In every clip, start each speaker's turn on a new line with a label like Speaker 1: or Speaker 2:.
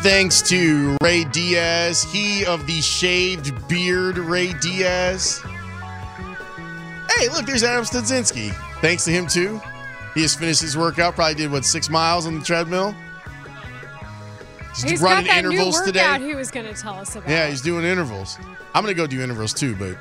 Speaker 1: thanks to Ray Diaz, he of the shaved beard, Ray Diaz. Hey, look, there's Adam Studzinski. Thanks to him, too. He just finished his workout, probably did, what, six miles on the treadmill? Just
Speaker 2: He's got
Speaker 1: running
Speaker 2: that new
Speaker 1: intervals
Speaker 2: workout
Speaker 1: today.
Speaker 2: he was going to tell us about.
Speaker 1: Yeah, he's doing intervals. I'm going to go do intervals, too, but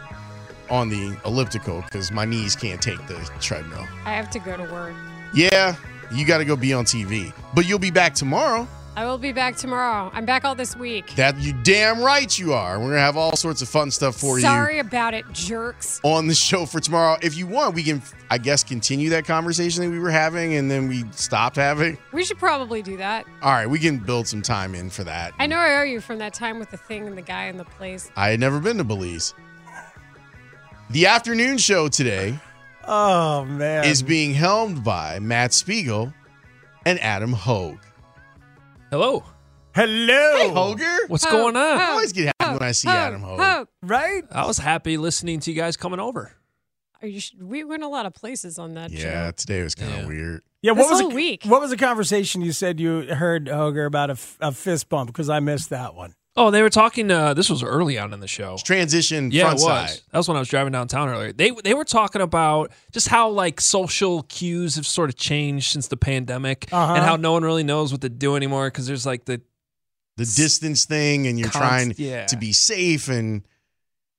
Speaker 1: on the elliptical because my knees can't take the treadmill.
Speaker 2: I have to go to work.
Speaker 1: Yeah, you got to go be on TV. But you'll be back tomorrow.
Speaker 2: I will be back tomorrow. I'm back all this week.
Speaker 1: That you damn right you are. We're going to have all sorts of fun stuff for you
Speaker 2: Sorry about it, jerks.
Speaker 1: on the show for tomorrow. If you want, we can I guess continue that conversation that we were having and then we stopped having.
Speaker 2: We should probably do that.
Speaker 1: All right, we can build some time in for that.
Speaker 2: I know I owe you from that time with the thing and the guy in the place.
Speaker 1: I had never been to Belize. The afternoon show today
Speaker 3: Oh
Speaker 4: Um,
Speaker 3: man.
Speaker 1: is being helmed by Matt Spiegel and Adam Hogue.
Speaker 4: Hello.
Speaker 3: Hello.
Speaker 1: Hoger?
Speaker 4: What's
Speaker 2: Oh,
Speaker 4: going on?
Speaker 1: I always get happy
Speaker 2: Hope,
Speaker 1: when I see
Speaker 2: hope,
Speaker 1: Adam Hogue.
Speaker 2: hope.
Speaker 3: Right?
Speaker 4: I was happy listening to you guys coming over.
Speaker 2: Are you, sh- we went a lot of places on that
Speaker 1: Yeah,
Speaker 2: show.
Speaker 1: today was kind of
Speaker 4: Yeah.
Speaker 1: weird.
Speaker 3: Yeah.
Speaker 2: This
Speaker 3: What was
Speaker 2: whole
Speaker 3: the,
Speaker 2: week.
Speaker 3: What was the conversation you said you heard Hoger about a, f- a fist bump? Because I missed that one.
Speaker 4: Oh, they were talking. Uh, this was early on in the show.
Speaker 1: It's Transition
Speaker 4: Yeah, it
Speaker 1: front
Speaker 4: was.
Speaker 1: side.
Speaker 4: That was when I was driving downtown earlier. They they were talking about just how like social cues have sort of changed since the pandemic,
Speaker 3: Uh-huh.
Speaker 4: and how no one really knows what to do anymore because there's like the
Speaker 1: The distance thing, and you're
Speaker 4: Const-
Speaker 1: trying
Speaker 4: yeah.
Speaker 1: to be safe, and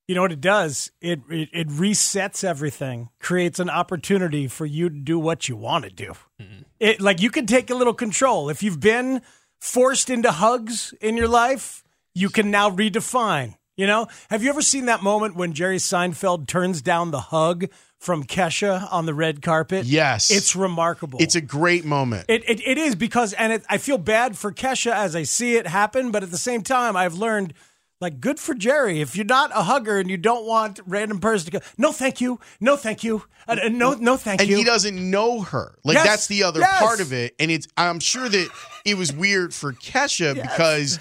Speaker 3: You know what it does? It, it it resets everything, creates an opportunity for you to do what you want to do.
Speaker 1: Mm-hmm.
Speaker 3: It like you can take a little control. If you've been forced into hugs in your life, you can now redefine. You know, have you ever seen that moment when Jerry Seinfeld turns down the hug from Kesha on the red carpet?
Speaker 1: Yes.
Speaker 3: it's remarkable.
Speaker 1: it's a great moment.
Speaker 3: It, it, it is because, and it, I feel bad for Kesha as I see it happen, but at the same time, I've learned, like, good for Jerry. If you're not a hugger and you don't want random person to go, no, thank you, no, thank you, uh, uh, no, no, thank
Speaker 1: and
Speaker 3: you.
Speaker 1: he doesn't know her. Like
Speaker 3: Yes,
Speaker 1: that's the other
Speaker 3: yes.
Speaker 1: part of it. And it's I'm sure that it was weird for Kesha because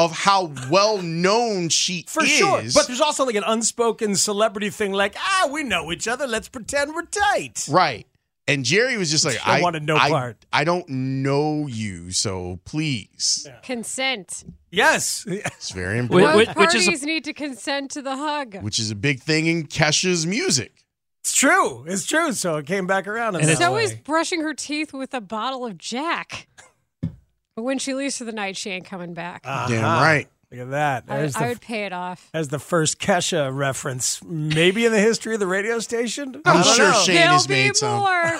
Speaker 1: of how well known she
Speaker 3: for
Speaker 1: is.
Speaker 3: sure. But there's also like an unspoken celebrity thing, like, ah, we know each other. Let's pretend we're tight.
Speaker 1: right. And Jerry was just like,
Speaker 3: Still
Speaker 1: I
Speaker 3: wanted no
Speaker 1: I,
Speaker 3: part.
Speaker 1: I don't know you, so please.
Speaker 2: Consent.
Speaker 3: Yes.
Speaker 1: It's very
Speaker 4: Wh-
Speaker 1: important,
Speaker 2: Both
Speaker 4: wh- which,
Speaker 2: parties
Speaker 4: is
Speaker 2: need to consent to the hug.
Speaker 1: which is a big thing in Kesha's music.
Speaker 3: It's true. It's true. So it came back around. in
Speaker 4: And
Speaker 3: that
Speaker 4: it's-
Speaker 2: So
Speaker 3: way.
Speaker 2: is brushing her teeth with a bottle of Jack. But when she leaves for the night, she ain't coming back.
Speaker 4: Ah,
Speaker 1: Damn
Speaker 3: Uh-huh.
Speaker 1: right.
Speaker 3: Look at that.
Speaker 2: I,
Speaker 3: There's
Speaker 2: I
Speaker 3: the
Speaker 2: would pay it off.
Speaker 3: as the first Kesha reference, maybe in the history of the radio station. I
Speaker 1: I'm
Speaker 3: don't
Speaker 1: sure
Speaker 3: know.
Speaker 1: Shane
Speaker 2: There'll
Speaker 1: has
Speaker 2: be
Speaker 1: made some.
Speaker 2: more.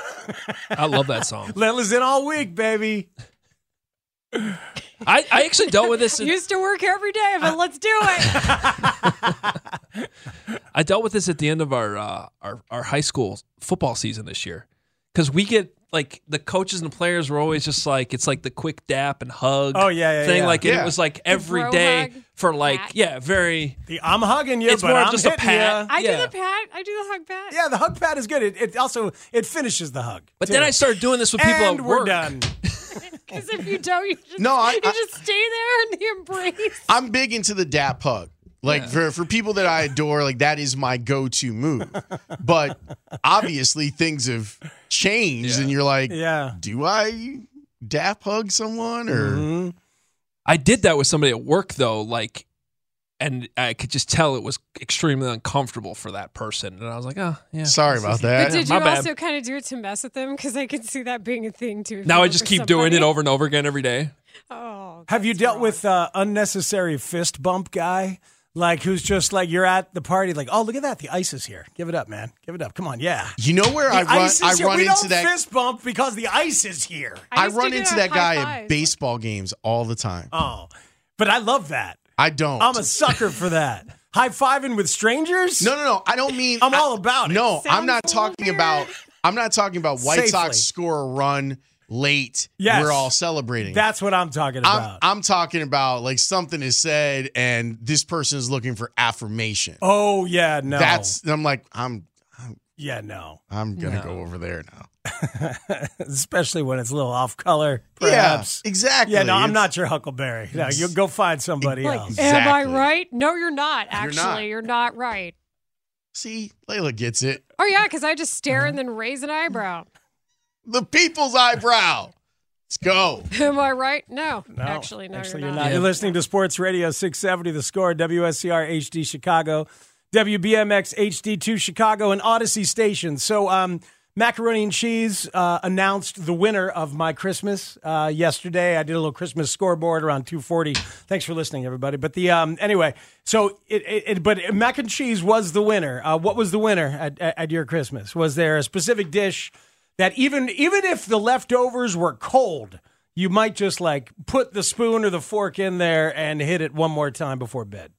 Speaker 4: I love that song.
Speaker 3: Lela's in all week, baby.
Speaker 4: I, I actually dealt with this.
Speaker 2: Used to work every day, but let's do it.
Speaker 4: I dealt with this at the end of our uh, our, our high school football season this year because we get like the coaches and the players were always just like it's like the quick dap and hug.
Speaker 3: Oh, yeah, yeah,
Speaker 4: thing
Speaker 3: yeah.
Speaker 4: like and
Speaker 1: Yeah.
Speaker 4: it was like every
Speaker 2: bro
Speaker 4: day
Speaker 2: hug,
Speaker 4: for like
Speaker 2: pat.
Speaker 4: yeah very
Speaker 3: The I'm hugging you,
Speaker 4: It's
Speaker 3: but
Speaker 4: more of
Speaker 3: I'm
Speaker 4: just a
Speaker 3: hitting
Speaker 4: pat.
Speaker 3: ya.
Speaker 2: I
Speaker 4: Yeah.
Speaker 2: do the pat. I do the hug pat.
Speaker 3: Yeah, the hug pad is good. It, it also it finishes the hug.
Speaker 4: But then
Speaker 3: too.
Speaker 4: I started doing this with people
Speaker 3: and
Speaker 4: at
Speaker 3: we're
Speaker 4: work.
Speaker 3: done.
Speaker 2: Because if you don't, you just,
Speaker 1: No, I-
Speaker 2: you
Speaker 1: I-
Speaker 2: just stay there in the embrace.
Speaker 1: I'm big into the dap hug. Like for, for people that I adore, like that is my go to move. But obviously things have changed, and you're like,
Speaker 3: Yeah.
Speaker 1: do I dap hug someone or
Speaker 3: Mhm.
Speaker 4: I did that with somebody at work though, like, and I could just tell it was extremely uncomfortable for that person, and I was like, oh yeah.
Speaker 1: sorry about that?
Speaker 2: But did you
Speaker 4: my bad.
Speaker 2: also kind of do it to mess with them? Because I can see that being a thing too. if
Speaker 4: Now
Speaker 2: you
Speaker 4: I
Speaker 2: work
Speaker 4: just
Speaker 2: with
Speaker 4: keep doing it
Speaker 2: somebody.
Speaker 4: over and over again every day.
Speaker 2: Oh,
Speaker 3: Have you
Speaker 2: that's
Speaker 3: dealt
Speaker 2: wrong.
Speaker 3: with uh, unnecessary fist bump guy? Like who's just like you're at the party, like oh look at that, the ice is here. Give it up, man. Give it up. Come on, yeah.
Speaker 1: you know where I
Speaker 3: The
Speaker 1: run
Speaker 3: ice
Speaker 1: I
Speaker 3: is here.
Speaker 1: run
Speaker 3: we
Speaker 1: into
Speaker 3: don't
Speaker 1: that
Speaker 3: fist bump because the ice is here.
Speaker 1: I,
Speaker 2: used to
Speaker 1: run
Speaker 2: do
Speaker 1: into
Speaker 2: on
Speaker 1: that guy
Speaker 2: high
Speaker 1: at
Speaker 2: fives.
Speaker 1: baseball games all the time.
Speaker 3: Oh, but I love that.
Speaker 1: I don't.
Speaker 3: I'm a sucker for that. High fiving with strangers?
Speaker 1: no, no, no. I don't mean
Speaker 3: I'm
Speaker 1: I-
Speaker 3: all about it.
Speaker 1: No, I'm
Speaker 2: Sounds
Speaker 1: not
Speaker 2: so
Speaker 1: talking
Speaker 2: weird.
Speaker 1: about I'm not talking about White
Speaker 3: Safely.
Speaker 1: Sox score a run late.
Speaker 3: Yes.
Speaker 1: We're all celebrating.
Speaker 3: That's what I'm talking
Speaker 1: I'm,
Speaker 3: about.
Speaker 1: I'm talking about like something is said and this person is looking for affirmation.
Speaker 3: oh yeah, no.
Speaker 1: That's I'm like I'm
Speaker 3: yeah, no.
Speaker 1: I'm gonna go over there now.
Speaker 3: Especially when it's a little off color, perhaps.
Speaker 1: Yeah, exactly.
Speaker 3: Yeah, no, I'm
Speaker 1: It's-
Speaker 3: not your Huckleberry. No, you'll go find somebody
Speaker 2: Like,
Speaker 3: else.
Speaker 2: am I
Speaker 1: Exactly.
Speaker 2: right? No, you're not.
Speaker 1: You're
Speaker 2: Actually,
Speaker 1: not.
Speaker 2: you're not right.
Speaker 1: See, Layla gets it.
Speaker 2: Oh yeah, because I just stare and then raise an eyebrow.
Speaker 1: The people's eyebrow. Let's go.
Speaker 2: Am I right? No,
Speaker 3: No,
Speaker 2: actually, no,
Speaker 3: actually
Speaker 2: you're,
Speaker 4: not.
Speaker 3: You're listening to Sports Radio 670, The Score, WSCR HD Chicago, WBMX HD2 Chicago, and Odyssey Station. So, um, Macaroni and Cheese uh, announced the winner of my Christmas uh, yesterday. I did a little Christmas scoreboard around 2:40. Thanks for listening, everybody. But the um, anyway, so it, it, it but mac and cheese was the winner. Uh, what was the winner at, at, at your Christmas? Was there a specific dish that even even if the leftovers were cold, you might just like put the spoon or the fork in there and hit it one more time before bed.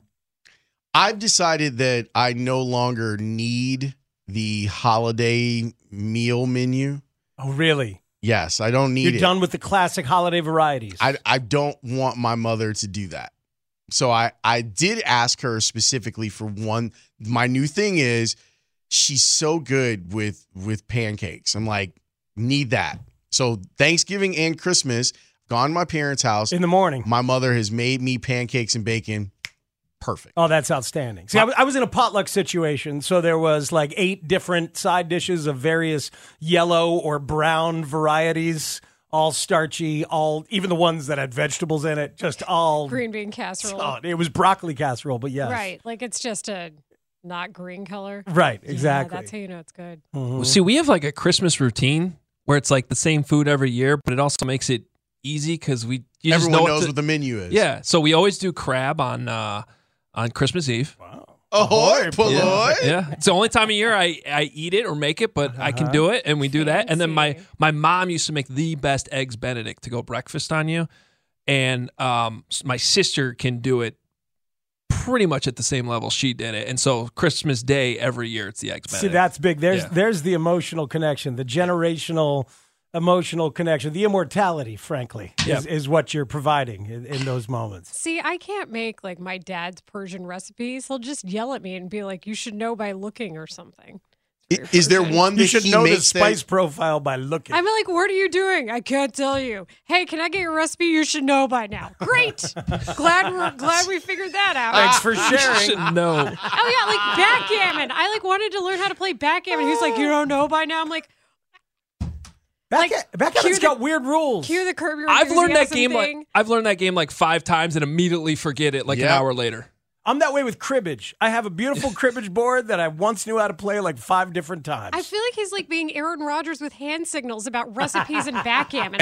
Speaker 1: I've decided that I no longer need the holiday meal menu.
Speaker 3: Oh, really?
Speaker 1: Yes, I don't need
Speaker 3: You're
Speaker 1: it.
Speaker 3: done with the classic holiday varieties.
Speaker 1: I I don't want my mother to do that. So I I did ask her specifically for one. My new thing is she's so good with with pancakes. I'm like need that. So Thanksgiving and Christmas, gone to my parents' house.
Speaker 3: in the morning.
Speaker 1: My mother has made me pancakes and bacon. Perfect.
Speaker 3: Oh, that's outstanding. See, I was- I was in a potluck situation, so there was like eight different side dishes of various yellow or brown varieties, all starchy, all even the ones that had vegetables in it, just all
Speaker 2: green bean casserole.
Speaker 3: Oh, it was broccoli casserole, but yes.
Speaker 2: Right. Like it's just a not green color.
Speaker 3: Right,
Speaker 2: Yeah,
Speaker 3: exactly.
Speaker 2: that's how you know it's good.
Speaker 1: Mm-hmm.
Speaker 3: Mhm.
Speaker 4: See, we have like a Christmas routine where it's like the same food every year, but it also makes it easy because we you just
Speaker 1: Everyone
Speaker 4: know
Speaker 1: knows
Speaker 4: to-
Speaker 1: what the menu is.
Speaker 4: yeah. So we always do crab on uh, on Christmas Eve.
Speaker 1: Ahoy, Poloy.
Speaker 4: Yeah, it's the only time of year I, I eat it or make it, but I
Speaker 3: Uh-huh.
Speaker 4: can do it, and we do that. And then my
Speaker 2: Fancy.
Speaker 4: my mom used to make the best eggs Benedict to go breakfast on you, and um, s- my sister can do it pretty much at the same level she did it. And so Christmas Day every year it's the eggs Benedict.
Speaker 3: See, that's big. There's
Speaker 4: Yeah.
Speaker 3: there's the emotional connection, the generational emotional connection, the immortality, frankly,
Speaker 4: Yep.
Speaker 3: is, is what you're providing in, in those moments.
Speaker 2: See, I can't make like my dad's Persian recipes. He'll just yell at me and be like, "You should know by looking" or something.
Speaker 1: I- Is there one that
Speaker 3: You should
Speaker 1: he
Speaker 3: know the
Speaker 1: makes that-
Speaker 3: spice profile by looking.
Speaker 2: I'm like, "What are you doing?" I can't tell you. Hey, can I get your recipe? You should know by now. Great. glad we're glad we figured that out.
Speaker 1: Ah.
Speaker 3: Thanks for
Speaker 4: You
Speaker 3: sharing.
Speaker 4: should know.
Speaker 2: Oh yeah, like backgammon. I like wanted to learn how to play backgammon. He's like, "You don't know by now." I'm like,
Speaker 3: Back,
Speaker 2: Like, cue
Speaker 3: Backgammon's
Speaker 2: the-
Speaker 3: got weird rules.
Speaker 2: "Cue the curb your
Speaker 4: I've learned that
Speaker 2: enthusiasm
Speaker 4: game
Speaker 2: thing.
Speaker 4: like I've learned that game like five times and immediately forget it like an
Speaker 1: Yeah.
Speaker 4: hour later.
Speaker 3: I'm that way with cribbage. I have a beautiful cribbage board that I once knew how to play like five different times.
Speaker 2: I feel like he's like being Aaron Rodgers with hand signals about recipes and backgammon.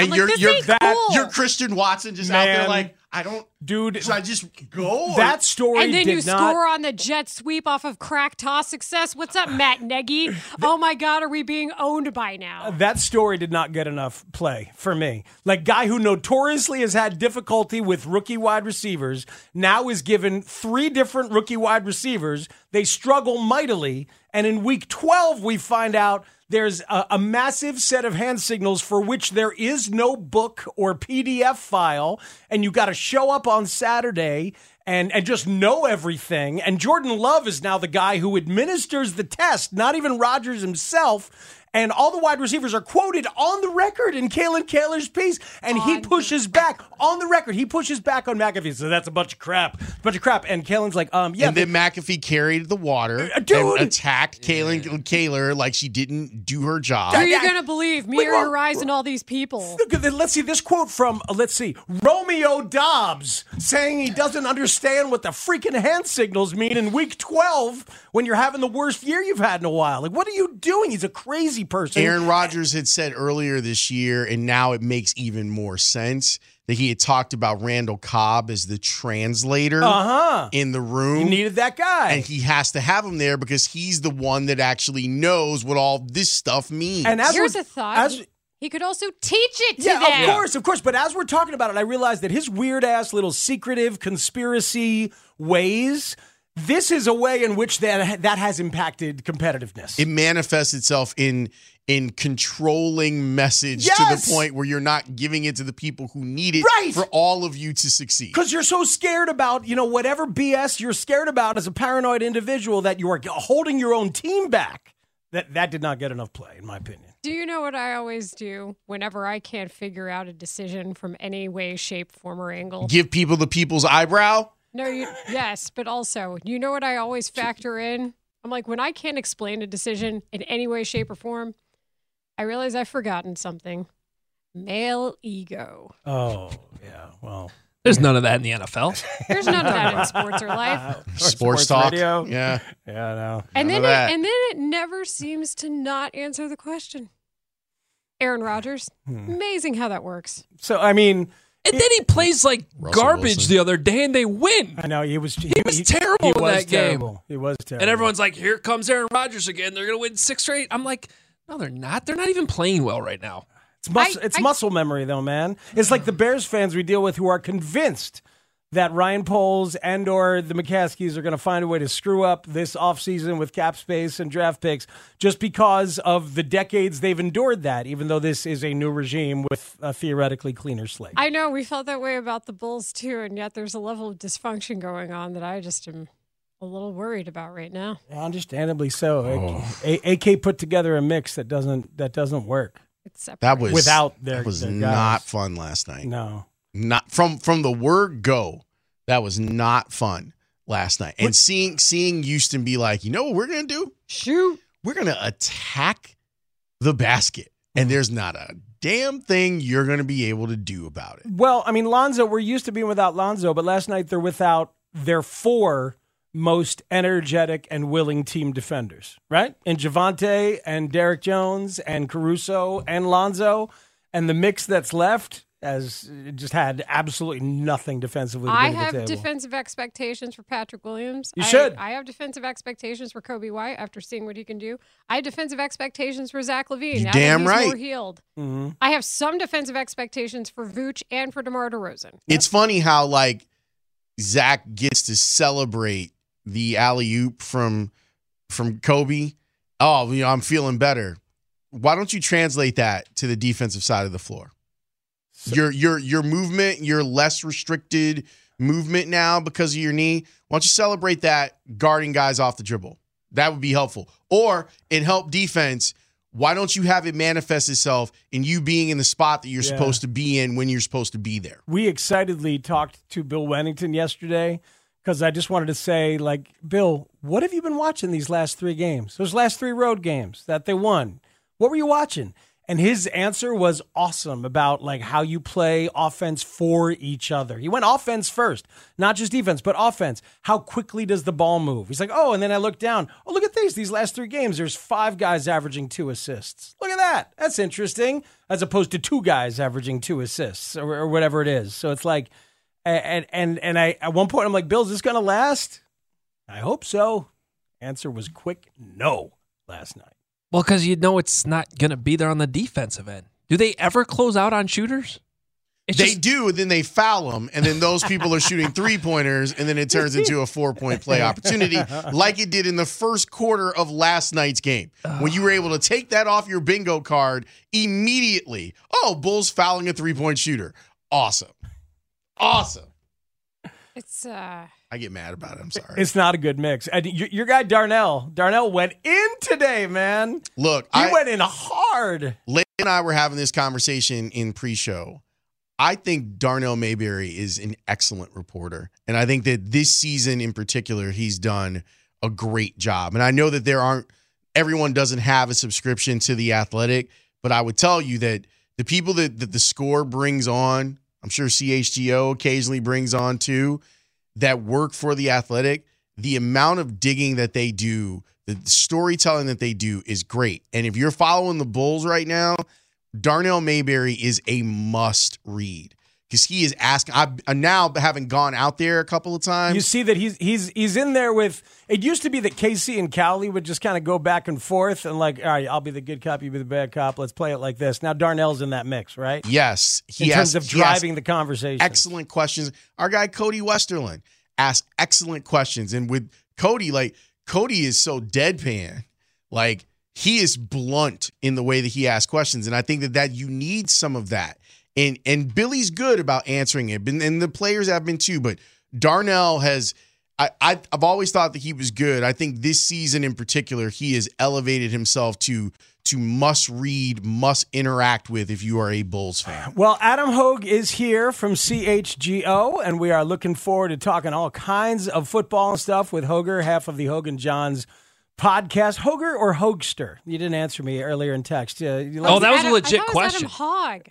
Speaker 1: And
Speaker 2: I'm like,
Speaker 1: you're-
Speaker 2: this
Speaker 1: you're
Speaker 2: ain't
Speaker 3: that-
Speaker 2: cool.
Speaker 1: You're Christian Watson just out there
Speaker 3: Man.
Speaker 1: like I don't.
Speaker 3: Dude,
Speaker 1: Should I just go? or-
Speaker 3: that story
Speaker 2: and then
Speaker 3: did
Speaker 2: you
Speaker 3: not.
Speaker 2: score on the jet sweep off of crack toss success. What's up, Matt Nagy? Oh my God, are we being owned by now?
Speaker 3: That story did not get enough play for me. Like guy who notoriously has had difficulty with rookie wide receivers now is given three different rookie wide receivers. They struggle mightily, and in week 12 we find out there's a, a massive set of hand signals for which there is no book or PDF file, and you got to show up on Saturday and and just know everything. And Jordan Love is now the guy who administers the test, not even Rodgers himself. And all the wide receivers are quoted on the record in Kalen Kaler's piece, and he pushes back on the record. He pushes back on McAfee. So that's a bunch of crap, a bunch of crap. And Kalen's like, um, yeah,
Speaker 1: and
Speaker 3: they-
Speaker 1: then McAfee carried the water
Speaker 3: Uh,
Speaker 1: and
Speaker 3: dude!
Speaker 1: attacked Kaylin Kaler like she didn't do her job.
Speaker 2: Who are you
Speaker 3: yeah.
Speaker 2: gonna believe? Me
Speaker 3: We
Speaker 2: or
Speaker 3: won't-
Speaker 2: your eyes and all these people?
Speaker 3: Look at the- Let's see this quote from uh, let's see Romeo Dobbs saying he doesn't understand what the freaking hand signals mean in week twelve when you're having the worst year you've had in a while. Like, what are you doing? He's a crazy person.
Speaker 1: Aaron Rodgers had said earlier this year, and now it makes even more sense that he had talked about Randall Cobb as the translator
Speaker 3: uh huh.
Speaker 1: in the
Speaker 3: You
Speaker 1: room.
Speaker 3: needed that guy.
Speaker 1: and he has to have him there because he's the one that actually knows what all this stuff means.
Speaker 3: And as
Speaker 2: Here's
Speaker 3: we're-
Speaker 2: a thought.
Speaker 3: as-
Speaker 2: he could also teach it to
Speaker 3: yeah,
Speaker 2: them.
Speaker 3: of course, of course. But as we're talking about it, I realized that his weird ass little secretive conspiracy ways. This is a way in which that that has impacted competitiveness.
Speaker 1: it manifests itself in in controlling message to
Speaker 3: Yes!
Speaker 1: the point where you're not giving it to the people who need it
Speaker 3: Right!
Speaker 1: for all of you to succeed.
Speaker 3: Because you're so scared about, you know, whatever BS you're scared about as a paranoid individual that you are holding your own team back. That that did not get enough play, in my opinion.
Speaker 2: Do you know what I always do whenever I can't figure out a decision from any way, shape, form, or angle?
Speaker 1: Give people the people's eyebrow.
Speaker 2: No, you, yes, but also, you know what I always factor in? I'm like, when I can't explain a decision in any way, shape, or form, I realize I've forgotten something. Male ego.
Speaker 3: Oh, yeah. Well,
Speaker 4: There's none of that in the NFL.
Speaker 2: There's none of that in sports or life.
Speaker 1: Sports, talk.
Speaker 3: radio.
Speaker 1: Yeah.
Speaker 3: Yeah, no.
Speaker 2: And
Speaker 1: None of
Speaker 2: then it,
Speaker 1: that.
Speaker 2: and then it never seems to not answer the question. Aaron Rodgers.
Speaker 1: Hmm.
Speaker 2: Amazing how that works.
Speaker 3: So I mean,
Speaker 4: And then he plays like
Speaker 1: Russell
Speaker 4: garbage
Speaker 1: Wilson.
Speaker 4: the other day and they win.
Speaker 3: I know he was he,
Speaker 4: was terrible in
Speaker 3: was
Speaker 4: that game.
Speaker 3: terrible. He was terrible.
Speaker 4: And everyone's like, here comes Aaron Rodgers again. They're going to win six straight. I'm like, no, they're not. They're not even playing well right now.
Speaker 3: it's muscle,
Speaker 2: I-
Speaker 3: it's
Speaker 2: I-
Speaker 3: muscle memory though, man. It's like the Bears fans we deal with who are convinced that Ryan Poles and or the McCaskies are going to find a way to screw up this offseason with cap space and draft picks just because of the decades they've endured that even though this is a new regime with a theoretically cleaner slate.
Speaker 2: I know we felt that way about the Bulls too, and yet there's a level of dysfunction going on that I just am a little worried about right now.
Speaker 3: Understandably so.
Speaker 1: Oh.
Speaker 3: A- A- AK put together a mix that doesn't that doesn't work.
Speaker 2: It's separate.
Speaker 1: That was
Speaker 3: Without their-
Speaker 1: that was
Speaker 3: their guys.
Speaker 1: not fun last night.
Speaker 3: No.
Speaker 1: Not from from the word go. That was not fun last night. And seeing seeing Houston be like, you know what we're gonna do?
Speaker 2: Shoot.
Speaker 1: We're gonna attack the basket,
Speaker 3: Mm.
Speaker 1: and there's not a damn thing you're gonna be able to do about it.
Speaker 3: Well, I mean, Lonzo, we're used to being without Lonzo, but last night they're without their four most energetic and willing team defenders, right? And Javante and Derek Jones and Caruso and Lonzo. And the mix that's left has just had absolutely nothing defensively to
Speaker 2: I
Speaker 3: bring to
Speaker 2: have
Speaker 3: the table.
Speaker 2: defensive expectations for Patrick Williams.
Speaker 3: You
Speaker 2: I,
Speaker 3: should.
Speaker 2: I have defensive expectations for Kobe White after seeing what he can do. I have defensive expectations for Zach Levine.
Speaker 1: You
Speaker 2: now
Speaker 1: damn
Speaker 2: that he's More
Speaker 1: right.
Speaker 2: healed.
Speaker 3: Mhm.
Speaker 2: I have some defensive expectations for Vooch and for DeMar DeRozan.
Speaker 1: It's funny how like Zach gets to celebrate the alley oop from from Kobe. Oh, you know, I'm feeling better. Why don't you translate that to the defensive side of the floor? your your your movement, your less restricted movement now because of your knee. Why don't you celebrate that guarding guys off the dribble? That would be helpful. Or in help defense, why don't you have it manifest itself in you being in the spot that you're
Speaker 3: Yeah.
Speaker 1: supposed to be in when you're supposed to be there?
Speaker 3: we excitedly talked to Bill Wennington yesterday because I just wanted to say, like, Bill, what have you been watching these last three games? Those last three road games that they won. What were you watching? And his answer was awesome about like how you play offense for each other. He went offense first, not just defense, but offense. How quickly does the ball move? He's like, oh, and then I look down. Oh, look at these. These last three games, there's five guys averaging two assists. Look at that. That's interesting, as opposed to two guys averaging two assists or, or whatever it is. So it's like, and and and I at one point I'm like, Bill, is this gonna last? I hope so. Answer was quick no last night.
Speaker 4: Well, because you know it's not going to be there on the defensive end. Do they ever close out on shooters? It's
Speaker 1: they
Speaker 4: just-
Speaker 1: do, then they foul them, and then those people are shooting three pointers, and then it turns into a four point play opportunity, like it did in the first quarter of last night's game, when you were able to take that off your bingo card immediately. Oh, Bulls fouling a three point shooter. Awesome. Awesome.
Speaker 2: It's uh
Speaker 1: I get mad about it. I'm sorry.
Speaker 3: It's not a good mix. And y- your guy Darnell, Darnell went in today, man. He
Speaker 1: Look, I,
Speaker 3: went in hard.
Speaker 1: Leigh and I were having this conversation in pre-show. I think Darnell Mayberry is an excellent reporter, and I think that this season in particular, he's done a great job. And I know that there aren't everyone doesn't have a subscription to the Athletic, but I would tell you that the people that, that the score brings on, I'm sure CHGO occasionally brings on too, that work for the Athletic, the amount of digging that they do, the storytelling that they do is great. And if you're following the Bulls right now, Darnell Mayberry is a must read because he is asking. I, I now having gone out there a couple of times.
Speaker 3: You see that he's he's he's in there with. It used to be that Casey and Cowley would just kind of go back and forth and like, all right, I'll be the good cop, you be the bad cop. Let's play it like this. Now Darnell's in that mix, right?
Speaker 1: yes, he
Speaker 3: In terms
Speaker 1: asks-
Speaker 3: of
Speaker 1: he asks
Speaker 3: driving the conversation.
Speaker 1: excellent questions. Our guy Cody Westerland asked excellent questions, and with Cody, like Cody is so deadpan, like he is blunt in the way that he asks questions, and I think that that you need some of that. And and Billy's good about answering it, and, and the players have been too. But Darnell has. I, I, I've always thought that he was good. I think this season in particular, he has elevated himself to to must read, must interact with if you are a Bulls fan.
Speaker 3: Well, Adam Hogue is here from CHGO, and we are looking forward to talking all kinds of football and stuff with Hoger, half of the Hogan Johns podcast. Hoger or Hogster? You didn't answer me earlier in text. Uh, you like-
Speaker 4: Oh, that was a
Speaker 2: Adam- I
Speaker 4: legit
Speaker 2: thought it was
Speaker 4: question.
Speaker 2: Adam Hogg.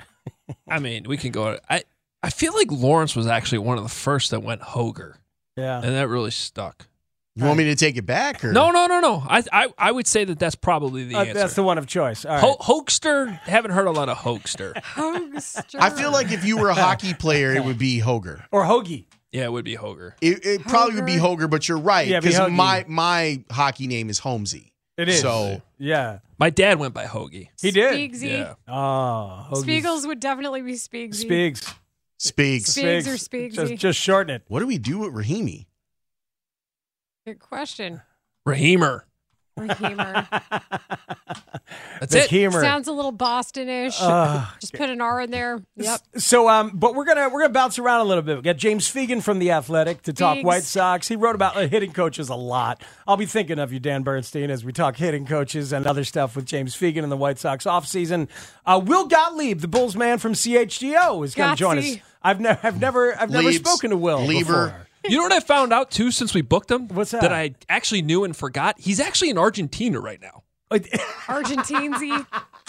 Speaker 4: I mean, we can go. I I feel like Lawrence was actually one of the first that went Hoger,
Speaker 3: Yeah.
Speaker 4: and that really stuck.
Speaker 1: You want me to take it back? Or?
Speaker 4: No, no, no, no. I I, I would say that that's probably the
Speaker 3: Uh,
Speaker 4: answer.
Speaker 3: that's the one of choice. All right.
Speaker 4: Ho- hoaxster. Haven't heard a lot of hoaxster.
Speaker 2: Hoaxster.
Speaker 1: I feel like if you were a hockey player, it would be Hoger.
Speaker 3: Or Hoagie.
Speaker 4: yeah, it would be Hoger.
Speaker 1: It, it probably would be Hoger, but you're right
Speaker 3: Yeah, it'd be
Speaker 1: because
Speaker 3: Hoagie.
Speaker 1: my my hockey name is Holmesy.
Speaker 3: It is.
Speaker 1: So
Speaker 3: yeah.
Speaker 4: My dad went by Hoagie.
Speaker 3: He did.
Speaker 2: Spiegsy.
Speaker 4: Yeah,
Speaker 3: Oh, Hoagie's-
Speaker 2: Spiegels would definitely be Spiegsy.
Speaker 3: Spiegs.
Speaker 1: Speaks.
Speaker 2: Speak- Spiegs or Spiegsy?
Speaker 3: Just, just shorten it.
Speaker 1: What do we do with Rahimi?
Speaker 2: Good question.
Speaker 4: Raheemer.
Speaker 2: Reheamer.
Speaker 4: That's
Speaker 3: The
Speaker 4: it.
Speaker 3: humor.
Speaker 2: Sounds a little Bostonish.
Speaker 3: Ugh.
Speaker 2: Just put an R in there. Yep.
Speaker 3: So, um, but we're gonna we're gonna bounce around a little bit. We got James Fegan from the Athletic to talk
Speaker 2: Fegs.
Speaker 3: White Sox. He wrote about uh, hitting coaches a lot. I'll be thinking of you, Dan Bernstein, as we talk hitting coaches and other stuff with James Fegan and the White Sox offseason. Uh, Will Gottlieb, the Bulls man from CHGO, is going to join us.
Speaker 2: Gotsy.
Speaker 3: I've never I've never I've never
Speaker 1: Leaves.
Speaker 3: spoken to Will
Speaker 1: Lever.
Speaker 3: before.
Speaker 4: You know what I found out too since we booked him?
Speaker 3: What's that?
Speaker 4: That I actually knew and forgot. He's actually in Argentina right now,
Speaker 2: Argentinesy.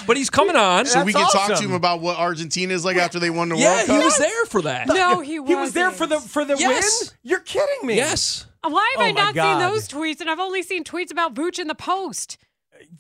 Speaker 4: but he's coming on.
Speaker 1: So we can
Speaker 3: That's
Speaker 1: talk to
Speaker 3: awesome.
Speaker 1: him about what Argentina is like after they won the
Speaker 4: yeah,
Speaker 1: World
Speaker 4: he
Speaker 1: Cup.
Speaker 4: was there for that.
Speaker 2: No, Oh, he was.
Speaker 3: He was there for the for the
Speaker 4: Yes.
Speaker 3: win. You're kidding me.
Speaker 4: Yes.
Speaker 2: Why have
Speaker 3: Oh
Speaker 2: I
Speaker 3: my
Speaker 2: not
Speaker 3: God.
Speaker 2: seen those tweets? And I've only seen tweets about Vooch in the post.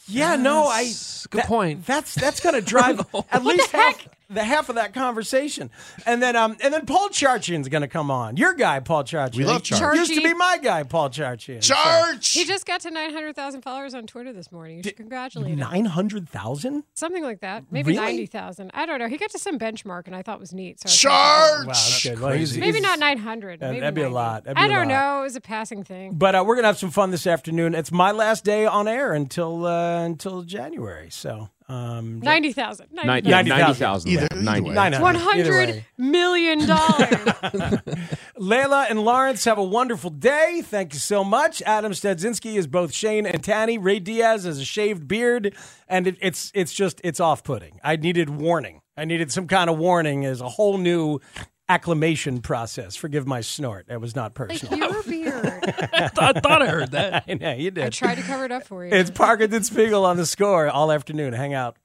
Speaker 3: Yeah, no, I
Speaker 4: Good point.
Speaker 3: That's that's gonna drive at least half the half of that conversation. And then um and then Paul Charchin's gonna come on. Your guy, Paul Charchin.
Speaker 1: We love
Speaker 3: He
Speaker 1: Charchin.
Speaker 3: Used to be my guy, Paul Charchin.
Speaker 2: He
Speaker 1: Charge.
Speaker 2: just got to 900,000 followers on Twitter this morning. You should congratulate him.
Speaker 3: Nine hundred thousand?
Speaker 2: Something like that. Maybe
Speaker 3: Really?
Speaker 2: 90,000. I don't know. He got to some benchmark and I thought was neat. So I
Speaker 1: Charge.
Speaker 3: Wow, that's good. Well, he's-
Speaker 2: Maybe
Speaker 3: he's-
Speaker 2: not 900.
Speaker 3: That-
Speaker 2: maybe
Speaker 3: that'd be a
Speaker 2: 90.
Speaker 3: lot. That'd be
Speaker 2: I
Speaker 3: a
Speaker 2: don't
Speaker 3: lot.
Speaker 2: know. It was a passing thing.
Speaker 3: But uh, we're gonna have some fun this afternoon. It's my last day on air until uh, until January. So um
Speaker 2: 90,000.
Speaker 5: Nine-
Speaker 2: 90,000.
Speaker 5: yeah,
Speaker 3: 90,000.
Speaker 5: 90,000.
Speaker 1: Either-
Speaker 5: yeah,
Speaker 1: either
Speaker 5: 90.
Speaker 1: way.
Speaker 3: 900, either
Speaker 2: 100
Speaker 3: way.
Speaker 2: million dollars.
Speaker 3: Layla and Lawrence, have a wonderful day. Thank you so much. Adam Stadzinski is both Shane and Tanny. Ray Diaz has a shaved beard, and it, it's it's just it's off putting. I needed warning. I needed some kind of warning as a whole new acclimation process. Forgive my snort. That was not personal.
Speaker 2: Your beard.
Speaker 4: I, th- I thought I heard that.
Speaker 3: I know you did.
Speaker 2: I tried to cover it up for you.
Speaker 3: It's Parker and Spiegel on the score all afternoon. Hang out.